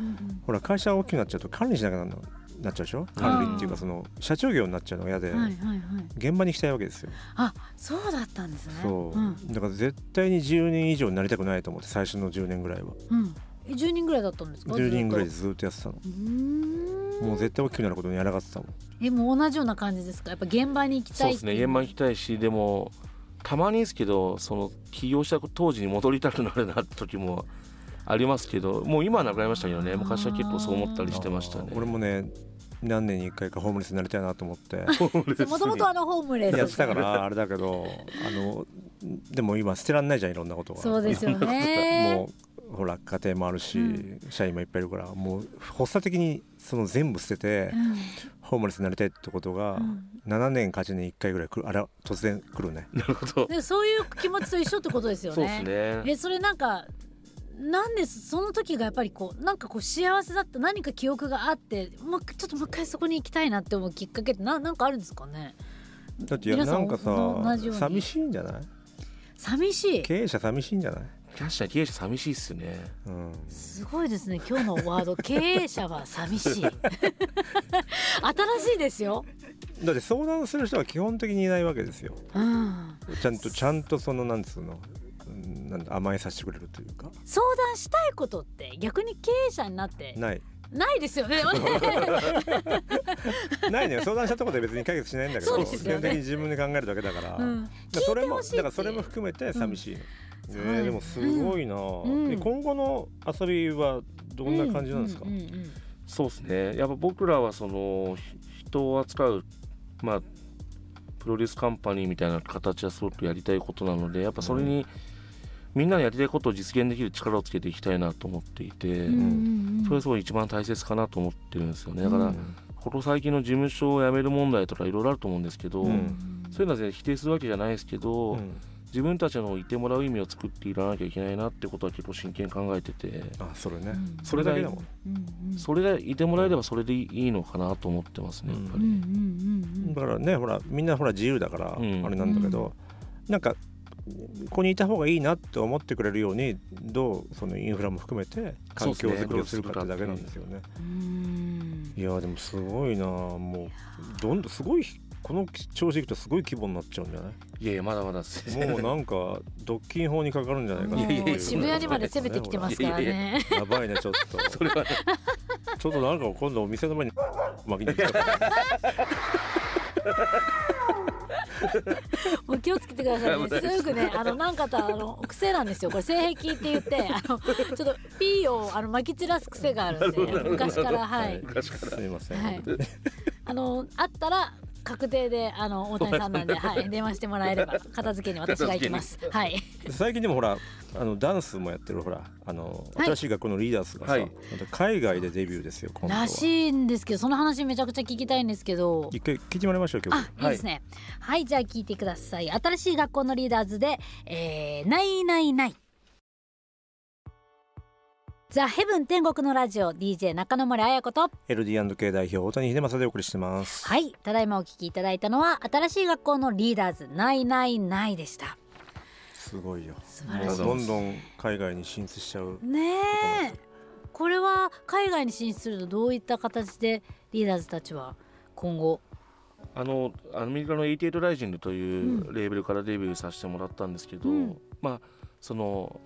ほら会社が大きくなっちゃうと管理しなきゃなんななっちゃうでしょ管理ってい
あー
うかその社長業になっちゃうのが嫌で、
うんはいはいはい
現場に行きたいわけですよ
あそうだったんですね
そう、
ん
だから絶対に10人以上になりたくないと思って最初の10年ぐらいは
うんえ10人ぐらいだったんですか
10人ぐらいで
ずっ
ずっとやってたの
とうーん
もう絶対大きくなることにやらかってたもん
えもう同じような感じですかやっぱ現場に行き
そ
た
う
い
で
っ
す
てい
ね
う
現場に行きたいしでもたまにですけどその起業した当時に戻りたくなるなって時もありますけどもう今はなくなりましたけどね昔は結構そう思ったりしてましたね
あー俺もね何年に1回かホームレスになりたいなと思って
もともとあのホームレス
やってたからあれだけどあのでも今捨てらんないじゃんいろんなことが
そうですよね
もうほら家庭もあるし、
うん
社員もいっぱいいるからもう発作的にその全部捨てて、
うん
ホームレスになりたいってことが
うん
7年勝ちに1回ぐらい来るあら突然来るね
なるほど
でそういう気持ちと一緒ってことですよ
そう
ね
ですね
えそれなんかなんですその時がやっぱりこうなんかこう幸せだった何か記憶があってもうちょっともう一回そこに行きたいなって思うきっかけってななんかあるんですかね
だっていや
皆さ
なんんかさ
同じように
寂しいんじゃない
寂しい
経営者寂しいんじゃない、
確かに経営者寂しいっすよね
うん、
すごいですね今日のワー ド経営者は寂しい 新しいですよ、
だって相談する人は基本的にいないわけですよ
うん、
ちゃんとちゃんとそのなんつうのうんなんだ甘えさせてくれるというか
相談したいことって逆に経営者になって
ない
ないですよね
ないのよ相談したところで別に解決しないんだけど、
そうで
基
すよね
本的に自分で考えるだけだから、
うん
だからそ
聞
れも
いてほしいっていう
だからそれも含めて寂しいの、
ん
ね
そうです
えでもすごいな、
ん
え今後の遊びはどんな感じなんですか、
うううんうん
そうですねやっぱ僕らはそのひ人を扱うまあプロデュースカンパニーみたいな形はすごくやりたいことなのでやっぱそれに、みんなのやりたいことを実現できる力をつけていきたいなと思っていて、
うんうんうん
それがすごい一番大切かなと思ってるんですよねだか
う
ら、
ん
ここ最近の事務所を辞める問題とかいろいろあると思うんですけど、
うん
そういうのは全然否定するわけじゃないですけど、
うん
自分たちのいてもらう意味を作っていらなきゃいけないなってことは結構真剣に考えてて
あそれね、
うん
それだけだもん、
うんうん
それでいてもらえればそれでいいのかなと思ってますねやっぱ
うん
り。
うんうんうん
だからねほらみんなほら自由だから、
うん
あれなんだけど、なんかここにいた方がいいなって思ってくれるようにどうそのインフラも含めて環境づくりをするかってだけなんですよね。
うん
いやでもすごいなもうどんどんすごいこの調子いくとすごい規模になっちゃうんじゃない
いやいやまだまだです
もうなんか独禁法にかかるんじゃないかなっていう
もう渋谷にまで攻めてきてますから
いやい
ね。
やばいねちょっと
それは
ちょっとなんか今度お店の前に巻きに行きたい
もう気をつけてくださいね。すぐね、あの、なんかた、あの、癖なんですよ。これ性癖って言って、あの、ちょっとピーを、あの、撒き散らす癖があ るんで、昔から、はい。
昔から
すいません、
はい。あの、あったら。確定であの大谷さんなんで、 はい、電話してもらえれば片付けに私が行きます。はい、
最近でもほらあのダンスもやってるほらあの、
はい
新しい学校のリーダースがさ、
はい
また海外でデビューですよ今度は
らしいんですけどその話めちゃくちゃ聞きたいんですけど
一回聞いてもらいましょう曲
あいいですねはい、じゃあ聞いてください新しい学校のリーダーズで「えー、ないないない」ザ・ヘブン天国のラジオ DJ 中野森彩子と
LD&K 代表大谷秀正でお送りしてます
はいただいまお聞きいただいたのは新しい学校のリーダーズ「ないないない」でした
すごいよ
素晴
らしい
どんどん海外に進出しちゃう
ねえこれは海外に進出するとどういった形でリーダーズたちは今後
あのアメリカの88ライジングというレーベルからデビューさせてもらったんですけど、
うん
まあその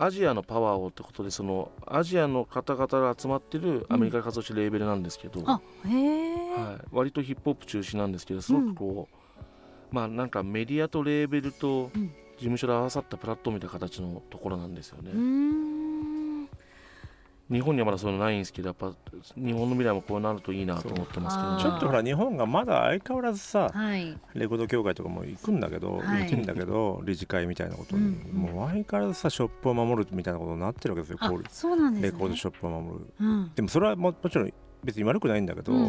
アジアのパワーをってことでそのアジアの方々が集まってるアメリカで活動してるレーベルなんですけど、
あへえ、
はい、割とヒップホップ中心なんですけどすごくこう、まあなんかメディアとレーベルと
うん
事務所で合わさったプラットみたいな形のところなんですよね。
うーん
日本にはまだそういうのないんですけどやっぱ日本の未来もこうなるといいなと思ってますけど、
そう
ね、
ちょっとほら日本がまだ相変わらずさ
はい
レコード協会とかも行くんだけど、
はい
行くんだけど理事会みたいなことに、
うんうん
もう相変わらずさショップを守るみたいなことになってるわけですよ
あ
こう
そうなんですね
レコードショップを守る
うん
でもそれはももちろん別に悪くないんだけど、
うん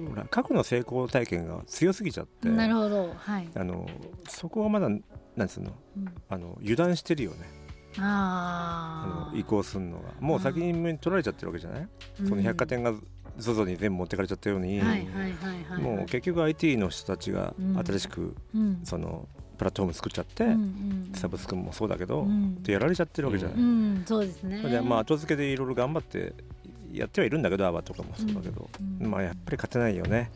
うん
ほら過去の成功体験が強すぎちゃって
なるほど、はい。
あのそこがまだなんつうの
うん
あの油断してるよねあ
ああ。
の移行するのがもう先に取られちゃってるわけじゃない、その百貨店が ZOZO に全部持ってかれちゃったように、
うん。はいはいはいはい。
もう結局 IT の人たちが
うん
新しく
うん。
そのプラットフォーム作っちゃって、
うんうん
サブスクもそうだけど、
うん
でやられちゃってるわけじゃない、
うん、そうですね。
でまあ後付けでいろいろ頑張ってやってはいるんだけどアバとかもそうだけど、
うんうん
まあやっぱり勝てないよね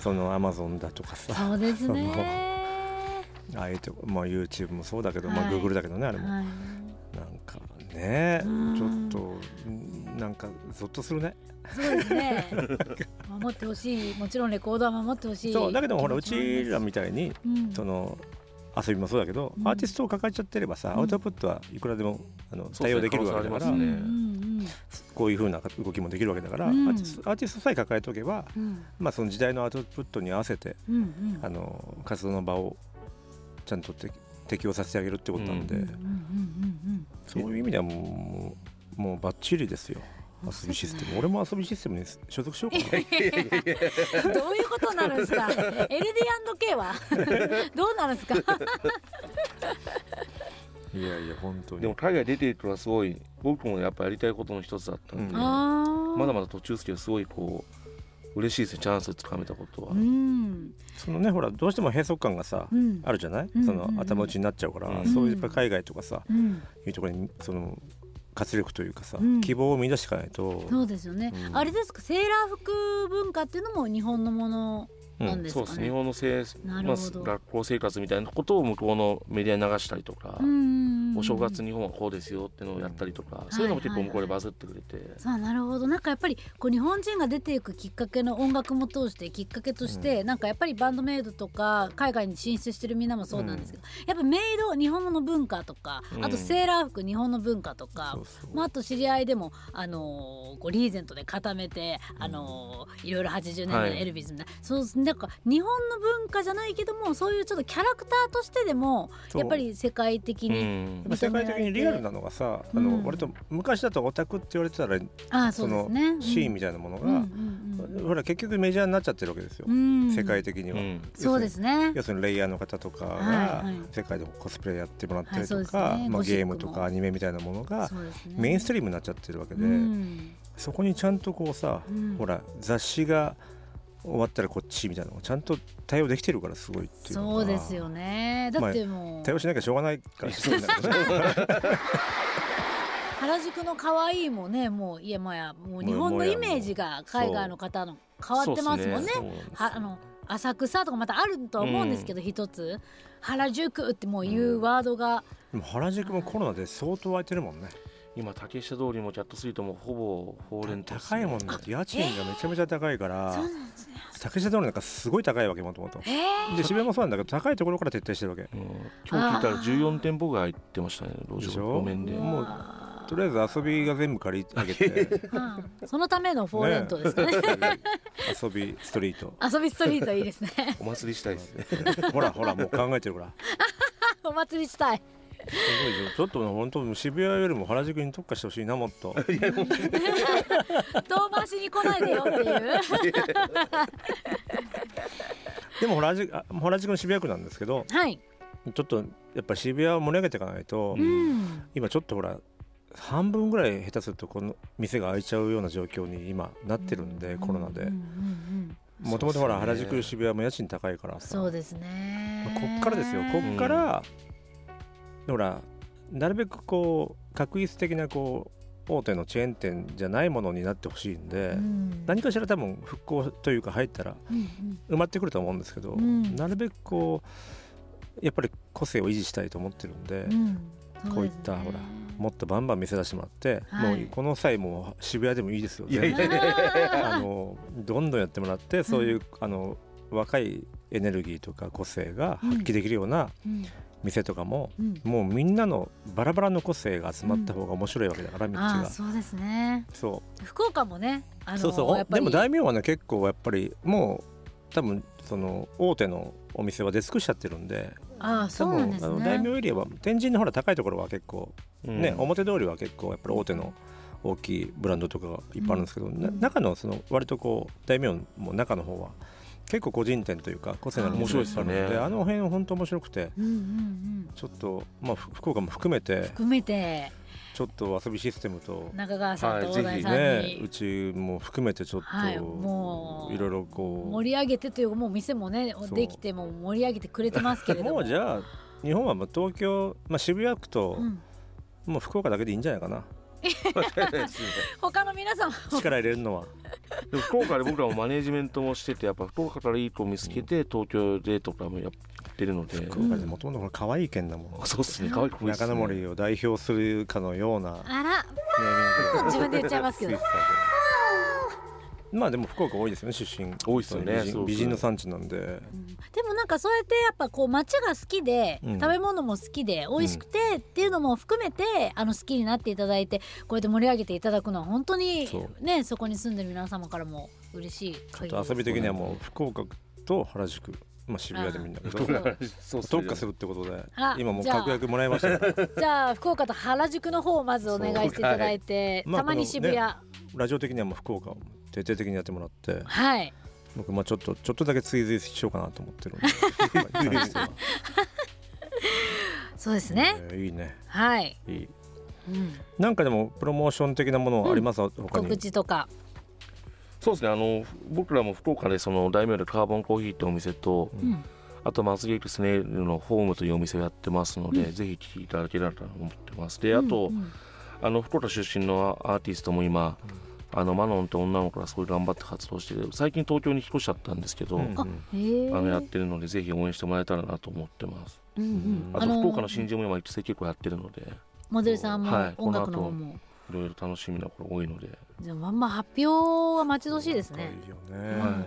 そのアマゾンだとかさ
そうです ね。
そのああいうとこ、まあ、YouTube もそうだけど、まあ
はい
Google だけどねあれも、
はい。
なんかね
うん
ちょっとうんなんかゾッとするね
そうですね。守ってほしい、もちろんレコードは守ってほしい。
そうだけどほらう
気持もあり
ち
ま
らみたいに
すうん
その遊びもそうだけど、
うん
アーティストを抱えちゃってればさ、
うん
アウトプットはいくらでもあの
そう
対
ですね
応できるわけだから
可能性あります
う
ね
ん
こういうふうな動きもできるわけだから、
うん
アーティストアーティストさえ抱えておけば、
うんうん
まあ、その時代のアウトプットに合わせて
うんうん
あの活動の場をちゃんとて適応させてあげるってことなんで、
うんうんうんうん
そういう意味ではもうもうバッチリですよ遊びシステム、俺も遊びシステムに所属しようか
う
な
んどういうことになるんです か LD&K は どうなるんですか
いやいや本当に
でも海外出ていくのはすごい僕もやっぱやりたいことの一つだったんで、
うん
ああ
まだまだ途中ですけどすごいこう嬉しいですねチャンスつかめたことは、
うん
そのねほらどうしても閉塞感がさ、
うん
あるじゃない、
うん
そ
うん
の
うん
頭打ちになっちゃうから、
うん
そういうやっぱ海外とかさ
うん
いうところにその活力というかさ、
うん
希望を見出していかないと
そうですよね、
うん
あれですかセーラー服文化っていうのも日本のもの
うん
なんです
そう
か
です
ね、
日
うん
本のせい、
なる
まあ、
ほど
学校生活みたいなことを向こうのメディアに流したりとか、
うんうん
お正月日本はこうですよってのをやったりとか、そういうのも結構向こうでバズってくれて、
そうなるほどなんかやっぱりこう日本人が出ていくきっかけの音楽も通してきっかけとして、なんかやっぱりバンドメイドとか海外に進出してるみんなもそうなんですけど、やっぱメイド日本の文化とか、
うん
あとセーラー服日本の文化とか
そうそう
まあ、あと知り合いでも、あのーこうリーゼントで固めて、あのーいろいろ80年代の
はい
エルビスみたいな、そうなんか日本の文化じゃないけどもそういうちょっとキャラクターとしてでも
そう
やっぱり世界的
う
に、
ん
やっぱ世界的にリアルなのがさ、あ
うん
の割と昔だとオタクって言われてたら
ああそ
そう
です
の
ねうん
シーンみたいなもの
うんう
が、
ん
ほら結局メジャーになっちゃってるわけですよ、
うんうん
世界的に
う
は、
ん
そうですね
要するにレイヤーの方とか
はい
が
はい
世界でコスプレやってもらった
は
り
いそう
と
です
か、
ね
まあ、
ゴシッ
ゲ
ク
ー
も
ムとかアニメみたいなものが
そうですね
メインストリームになっちゃってるわけで、
うん
そこにちゃんとこうさ、
うん
ほら雑誌が終わったらこっちみたいなのがちゃんと対応できてるからすごいっていうの
そ
が
うですよねだってもう
対応しなきゃしょうがないからすごいんだけどね
原宿の可愛いもねもういやまあやもう日本のイメージが海外の方の変わってますもんね
そうっすね
はあの浅草とかまたあるとは思うんですけど一、つ原宿ってもういうワードが、
でも原宿もコロナで相当空いてるもんね
今竹下通りもキャットスイートもほぼほうれん草っす
高
ね
いもんね家賃がめちゃめちゃ高いから、竹下通りなんかすごい高いわけもともと
えー
で渋谷もそうなんだけど高いところから撤退してるわけ
うん今日聞いたら14店舗ぐらい入ってましたね路
でし
上
ょ
路面で
もうとりあえず遊びが全部借り上げて
うんそのためのフォーレントですかね
遊びストリート
遊びストリートいいですね
お祭りしたいですね
ほらほらもう考えてるから
お祭りしたい
すごいよちょっとね本当渋谷よりも原宿に特化してほしいなもっと
遠回しに来ないでよっていう
でも原宿あ原宿の渋谷区なんですけど
はい、
ちょっとやっぱ渋谷を盛り上げていかないと、
うん、
今ちょっとほら半分ぐらい下手するとこの店が開いちゃうような状況に今なってるんで、コロナ
うんう
で
んうん
もともとほら
そうっ
原
すね
宿渋谷も家賃高いからさ
そうですね
こっからですよこっから、ほらなるべくこう確率的なこう大手のチェーン店じゃないものになってほしいんで、
うん
何かしら多分復興というか入ったら
うんうん
埋まってくると思うんですけど、
うん
なるべくこうやっぱり個性を維持したいと思ってるんで、
うん
こういったほらもっとバンバン店出してもらって、
はい
もうこの際もう渋谷でもいいですよ
い やいや
そうですね
あのどんどんやってもらってそういう、あの若いエネルギーとか個性が発揮できるような
うん
店とかも、
うん
もうみんなのバラバラの個性が集まった方が面白いわけだから、道
ああ
が。
そうですね
そ
福岡もねあ
う
の
そう
やっ
そう
ぱ
で
り
も大名はね結構やっぱりもう多分その大手のお店は出尽くしちゃってるんで
ああ
多
そうなん
分
です
あの
ね
大名エリアは天神のほら高いところは結構
うん
ね、表通りは結構やっぱり大手の大きいブランドとかがいっぱいあるんですけど、な中のその割とこう大名も中の方は結構個人店というか個性のある
面
白い
店
っすよね
がいっぱいあるのであの辺は本当面白くて
うんうんうん
ちょっと、まあ、ふ福岡も含めて
含めて
ちょっと遊びシステムと、
中川さんと大谷さんに、
ね、うちも含めてちょっと、
はい
い
もう
ろいろこ
盛り上げてというかもう店もね
そう
できても盛り上げてくれてますけれ
う
ども
もうじゃあ日本はもう東京、まあ、渋谷区と、
うん
もう福岡だけでいいんじゃないかな
他の皆さんも
力入れるのは。
でも福岡で僕らもマネージメントもしててやっぱ福岡からいい子見つけて東京でとかもやってるので
福岡でもともとほら可愛い県だもん
あそうっすね可愛い子多いっす
中野
ね
森を代表するかのような
あら自分で言っちゃいますけど
まあでも福岡多いですよね出身
多いっすよね
美
そうそう
人美人の産地なんで
でもなんかそうやってやっぱこう街が好きで、
うん
食べ物も好きで美味しくてっていうのも含めて、あの好きになっていただいてこうやって盛り上げていただくのは本当に
そ
ねそこに住んでる皆様からも嬉しい
ちょっ
限り
と遊び的にはもう福岡と原宿まあ渋谷でみんなけど
あー
そうっすね
特化するってことで
あ
今もう
じゃあ
確約もらいましたから
じゃあ福岡と原宿の方をまずお願いしていただいて、
そうはい
たまに渋谷、
まラジオ的にはもう福岡を徹底的にやってもらって
はい
僕まあちょっとちょっとだけ追随しようかなと思ってるんで福岡に関しては
そうです ね、
えーいいね
はい、
いい
うん、
なんかでもプロモーション的なものはあります他に
告知とか
そうですねあの僕らも福岡でその大名でカーボンコーヒーってお店と、
ん
あとマスゲークスネイルのホームというお店をやってますので、ぜひ来ていただければと思ってますであと、あの福岡出身のアーティストも今、あのマノンって女の子がすごい頑張って活動してて最近東京に引っ越しちゃったんですけど、
うん
あへえ
あのやってるのでぜひ応援してもらえたらなと思ってます
うんうん
あ
あ
と
のー
福岡の新人も今育成結構やってるのでい
モデルさんも
はい
音楽の方も、
ろいろ楽しみなこれ多いので
じゃあまんま発表は待ち遠しいですね
いいよ
は
ね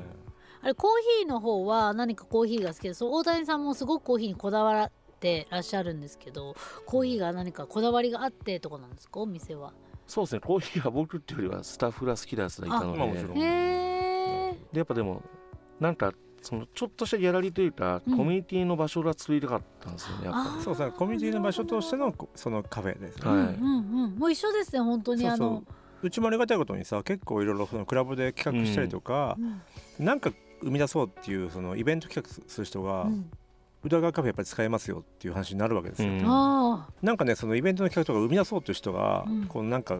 あれコーヒーの方は何かコーヒーが好きでそう大谷さんもすごくコーヒーにこだわってらっしゃるんですけどコーヒーが何かこだわりがあってとかなんですかお店は
そうですねコーヒーは僕っていうよりはスタッフが好きなやつがいたの
あ
で、
まあもちろん
へえ
でやっぱでもなんかそのちょっとしたギャラリーというか、
うん
コミュニティの場所が作りたかったんですよねやっぱ
あー
そうそうコミュニティの場所としてのこそのカフェですね
はい、
うんうんもう一緒ですね本当に
そう
あ
そ
の
ううちもありがたいことにさ結構いろいろそのクラブで企画したりとか、
うん
なんか生み出そうっていうそのイベント企画する人が、
うん
宇田川カフェやっぱり使えますよっていう話になるわけですよ、
うん
あ
なんかねそのイベントの企画とか生み出そうっていう人が、
うん
こうなんか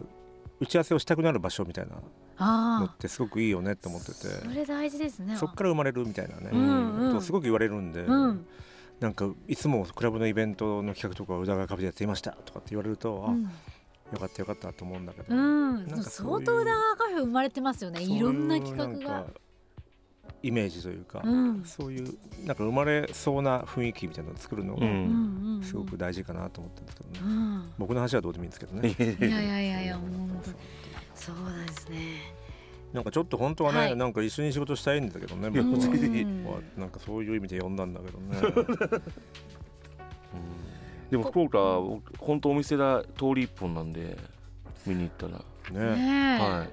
打ち合わせをしたくなる場所みたいなの
あ
ってすごくいいよねって思って
あそ
て
れ大事ですね
そっから生まれるみたいなね、
うんうん
ことをすごく言われるんで、
うん
なんかいつもクラブのイベントの企画とかを宇田川カフェでやっていましたとかって言われると、
う
あ
ん
よかったよかったと思うんだけど、
うん、
なんかそうい
相当
う
裏側カフェ生まれてますよね
そう
い
う
ろんな企画
な
が
んかイメージというか、
うん
そういうなんか生まれそうな雰囲気みたいなのを作るの
う
が
うんんうん
すごく大事かなと思ってるんですけどね、
うん
僕の話はどうでもいいんですけどね。
いやいやいやいや
そう
もう
そう
そうなんですね
なんかちょっと本当はね、
はい
なんか一緒に仕事したいんだけどね、
や
僕は
ぜひ
まあなんかそういう意味で呼んだんだけ どね。
でも福岡は本当お店だ通り一本なんで見に行ったら、
うんね、
ねえ、、
は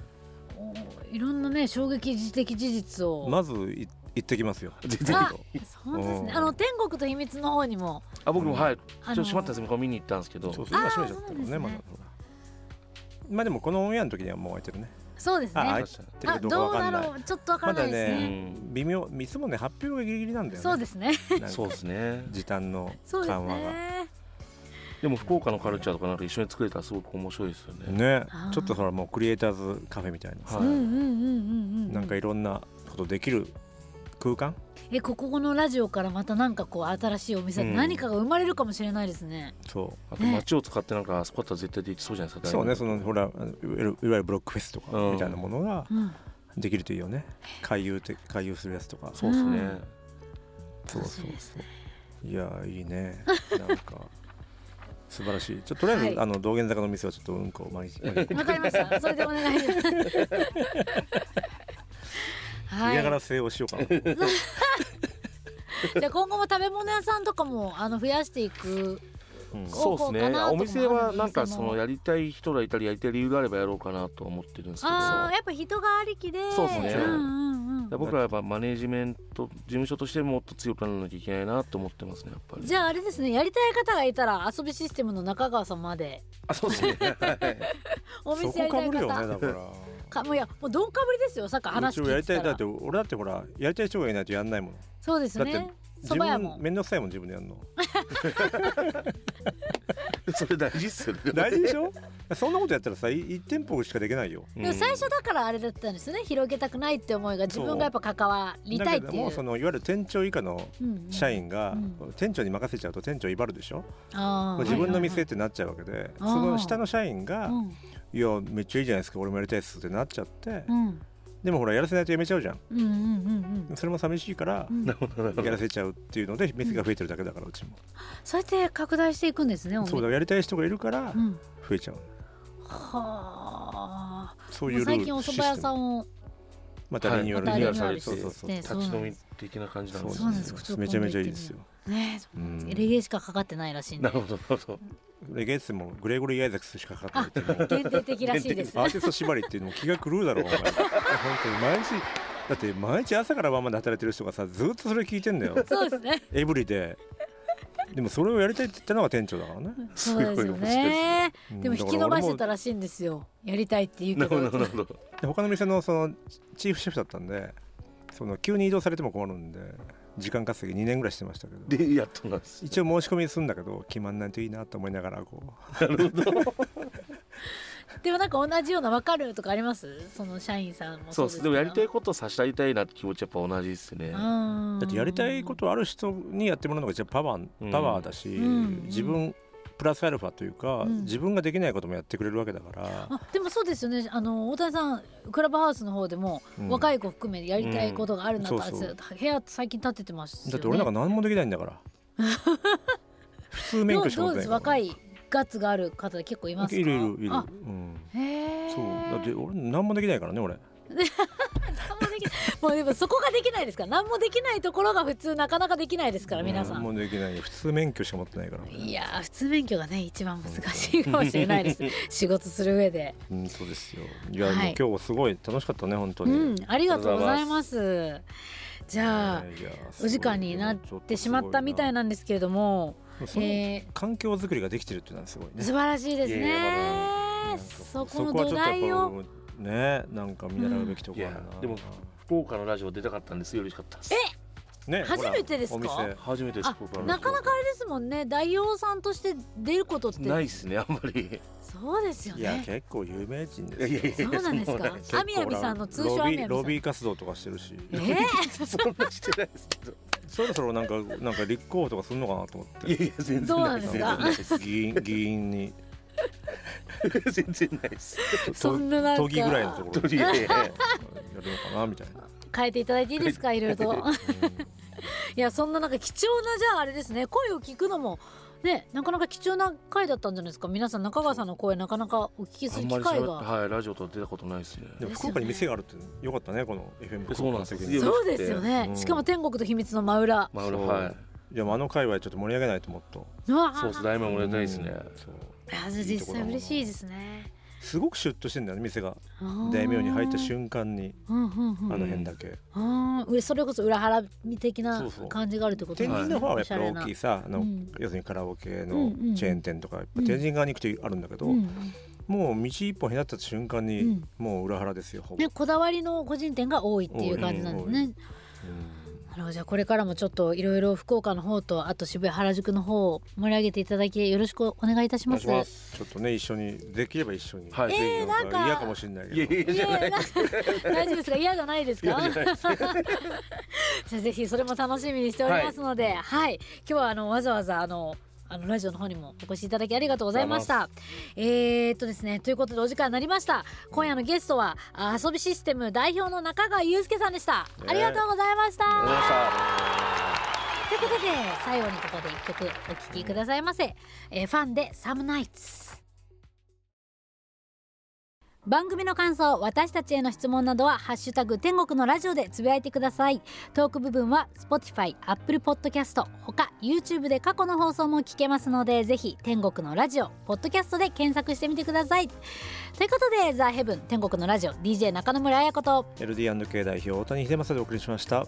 い
ろんなね衝撃的事実を、
まずい行ってきますよ。
あそうですね
うん
あの天国と秘密の方にも
あ僕もはいち
あの
ょっと閉まったんですけどこれ見に行ったんですけど
そうそう今閉めちゃったもんね
あーそうな
まだ
んで。
まあでもこのオンエアの時にはもう開いてるね。
そうですね
あ
あ
開いてるかどうか
ど
わ
う
か
だ
んない
ろ。うちょっとわか
ま
らな
だ
いですね,、
ね
うん
微妙いつもね発表がギリギリなんだよね。
そうですね
なんか
そうですね
時短の
そうです
緩和が。
ね
でも福岡のカルチャーとかなんか一緒に作れたらすごく面白いですよね
ね
あー、
ちょっとほらもうクリエイターズカフェみたいなさ、
うん
は
う
い
んうんうんうん
なんかいろんなことできる空間。
えここのラジオからまたなんかこう新しいお店、
うん
何かが生まれるかもしれないですね
そう。
あと街を使ってなんかあそこだったら絶対できそうじゃないですか
そうね、
誰
そのほらあのいわゆるいわゆるブロックフェスとか
うん
みたいなものが
うん
できるといいよね、回遊て回遊するやつとか
もそうですね、
そう
そうですね
ういやーいいねなんか素晴らしいちょとりあえず、
はい
あの道玄坂の店はちょっとうんこを毎日毎日
わかりましたそれでお願いしますは い
嫌がらせをしようかな、
じゃあ今後も食べ物屋さんとかもあの増やしていく
うん
そうです
こうか
ね
なとかも
お店はなん
お
か
店
そ
も
のやりたい人がいたりやりたい理由があればやろうかなと思ってるんですけど
ああやっぱ人がありきで
そうですね
んうんうん
僕らはやっぱマネージメント事務所としてもっと強くならなきゃいけないなと思ってますねやっぱり
じゃああれですねやりたい方がいたら遊びシステムの中川さんまで
あそうですね
お
そ
店や
こ
りたい
かぶるよ
方
ねだから
かもういやもうどんかぶりですよさっき話
一
聞
応や
い
りた
て
い
た
だ
ら
って俺だってほらやりたい人がいないとやんないもの
そうです
だっ
ね
て
そ
自
ば屋
分
も
面倒くさいもん自分でやるの
それ大事っすよね
大事でしょそんなことやったらさい一店舗しかできないよ
でも最初だからあれだったんですよね広げたくないって思いが自分がやっぱ関わり
だ
たい
け
って
ど
い
も
う
そのいわゆる店長以下の
うんうん
社員が
う
店長に任せちゃうと店長威張るでしょ、
あー
自分
はい
の
はい
店ってなっちゃうわけで、
あー
その下の社員が「
はい
いやめっちゃいいじゃないですか俺もやりたいです」ってなっちゃって、
うんうん
でもほらやらせないとやめちゃうじゃん
うんうんうん
それも寂しいから
うんうん
やらせちゃうっていうので店が増えてるだけだからうちも、
そうやって拡大していくんですねお店
そうだやりたい人がいるから
うん
増えちゃう、
はあ
そういうルー
最
ル
近お蕎
シ
麦屋
ステ
さ
ム
んを
またリニューアル
またリニューアル
されて
そうそうそう
ね
立ち飲み的な感じなんです
そうなんです
そうめちゃめちゃいいですよ、
ね
うん、
レゲエしかかかってないらしいん
な
で
るほどなるほど
レゲエッツもグレーゴリー・アイザックスしかかかってないっていう
限定的らしいです
アーティスト縛りっていうのも気が狂うだ ろうお前本当に毎日だって毎日朝から晩まで働いてる人がさずっとそれ聞いてんだよ
そうですね
エブリででもそれをやりたいって言ったのが店長だからね
そうですよ
すごい面白い
ね
うん
でも引き伸ばしてたらしいんですよやりたいって言う
な
け
るほ
ど
どなるほど
で他の店のそのチーフシェフだったんでその急に移動されても困るんで時間稼ぎ2年ぐらいしてましたけど
でやっとなんです
一応申し込みするんだけど決まんないといいなと思いながらこう
でもなんか同じような分かるとかありますその社員さんも
そう
う
ですでもやりた
い
いことをさせたいたいなって気持ちやっぱ同じですね
だってやりたいことある人にやってもらうのがじゃあパワ
うん
ーパワーだし
うん
自分プラスアルファというか
うん
自分ができないこともやってくれるわけだから
あでもそうですよねあの大谷さんクラブハウスの方でも、
うん
若い子含めやりたいことがあるなと、
うん
あ
そうそう
部屋最近建ててますよ、ね、
だって俺なんか何もできないんだから 普通免許しか
ど
持
う
っ
どうです
てないから
若いガッツがある方結構いますか
いるいるいる、う
あ
ん、
へえ
そうだって俺何もできないからね俺
何もできない もうでもそこができないですから何もできないところが普通なかなかできないですから皆さ
何
ん、
もできない普通免許しか持ってないから俺
いやー普通免許がね一番難しいかもしれ ないです仕事する上で
うんそうですよいや、
はい
もう今日すごい楽しかったね本当
う
に、
んありがとうございますじゃあ
ねいやすご
お
い
時間になってしまったみたいなんですけれども、
その
え
環境づくりができてるっていうのはすごい
ー、
ね
素晴らしいです
いやいや
ね
なんか
そこの
は
土
ちょっとやっぱ
台を
俺もねなんか見習うべきところやな、
うんいやでも福岡のラジオ出たかったんですよ嬉しかったです
ね
初めてですか
ほらお店
初めてです
あ
僕は
なかなかあれですもんね大王さんとして出ることって
ないですねあんまり
そうですよ
いや
ね
結構有名人
いやいやい
ですよ
や
そうなんです
そんな
か
ことない
アミアミさんの通称ア
ロ
ミ
ビ
アミ
ー
さ
ロ
んえ
ビー活動とかしてるし
ー
そんなしてないですけど
そろそろなんかなんか立候補とかするのかなと思っ
いや
て
いや全
ど
然
う
な
ないん
で
ですすか
議員議員 に
全然ない です
そんななんか
都議ぐらいのところ
都議
で
い
や
やい
る
や
の
いや
かなみたいな
変えていただいていいですかいろ いろといやそんななんか貴重なじゃああれですね声を聞くのもねなかなか貴重な回だったんじゃないですか皆さん中川さんの声なかなかお聞きす
あ
る
ん
機
まり
会
喋っ
が
はいラジオとは出たことないですね
でも福岡に店があるってよかったねこの FM
そうなんですよ
福岡の時に
そうですよね、
うん
しかも天国と秘密の真裏
まあ俺
そう
はい
いやもうあの界隈ちょっと盛り上げないともっと
うわー
そうです大名もらいたいですね
うんそう
いやじゃあ実際嬉しいですね
すごくシュッとしてんだよね店が
あー
大名に入った瞬間に
うんうんうん
あの辺だけ
あーそれこそ裏腹的な
そうそう
感じがあるってこと
天
です
神の方はやっぱ
おし
り
ゃれな
大きいさあの
うん
要するにカラオケ
うんうん
のチェーン店とかやっぱ天神側に行くとあるんだけど
うん
もう道一本になった瞬間
う
に
ん
もう裏腹ですよほぼ
ね、こだわりの個人店が多いっていう感じなんですね。
多い
なるほどじゃあこれからもちょっといろいろ福岡の方とあと渋谷原宿の方を盛り上げていただきよろしくお願いいたします。
ちょっとね一緒にできれば一緒に
はいぜ
えーなんか
嫌かもしれない
ひいや
けど
いやじゃない
えなんか大丈夫ですか嫌じゃないですか じゃあぜひそれも楽しみにしておりますので、はい、今日はあのわざわざあのあのラジオの方にもお越しいただきありがとうございました。えー、っとですねということでお時間になりました。今夜のゲストはあ遊びシステム代表の中川祐介さんでした。
ね
ありがとうございました。
ありがとうございました
ということで最後にここで一曲お聴きくださいませ、えーファンで「サムナイツ」番組の感想私たちへの質問などは「ハッシュタグ天国のラジオ」でつぶやいてくださいトーク部分は Spotify、Apple Podcast ほか YouTube で過去の放送も聞けますのでぜひ天国のラジオポッドキャストで検索してみてくださいということで「ザ・ヘブン天国のラジオ」DJ 中野村彩子と
LD&K 代表大谷秀正でお送りしました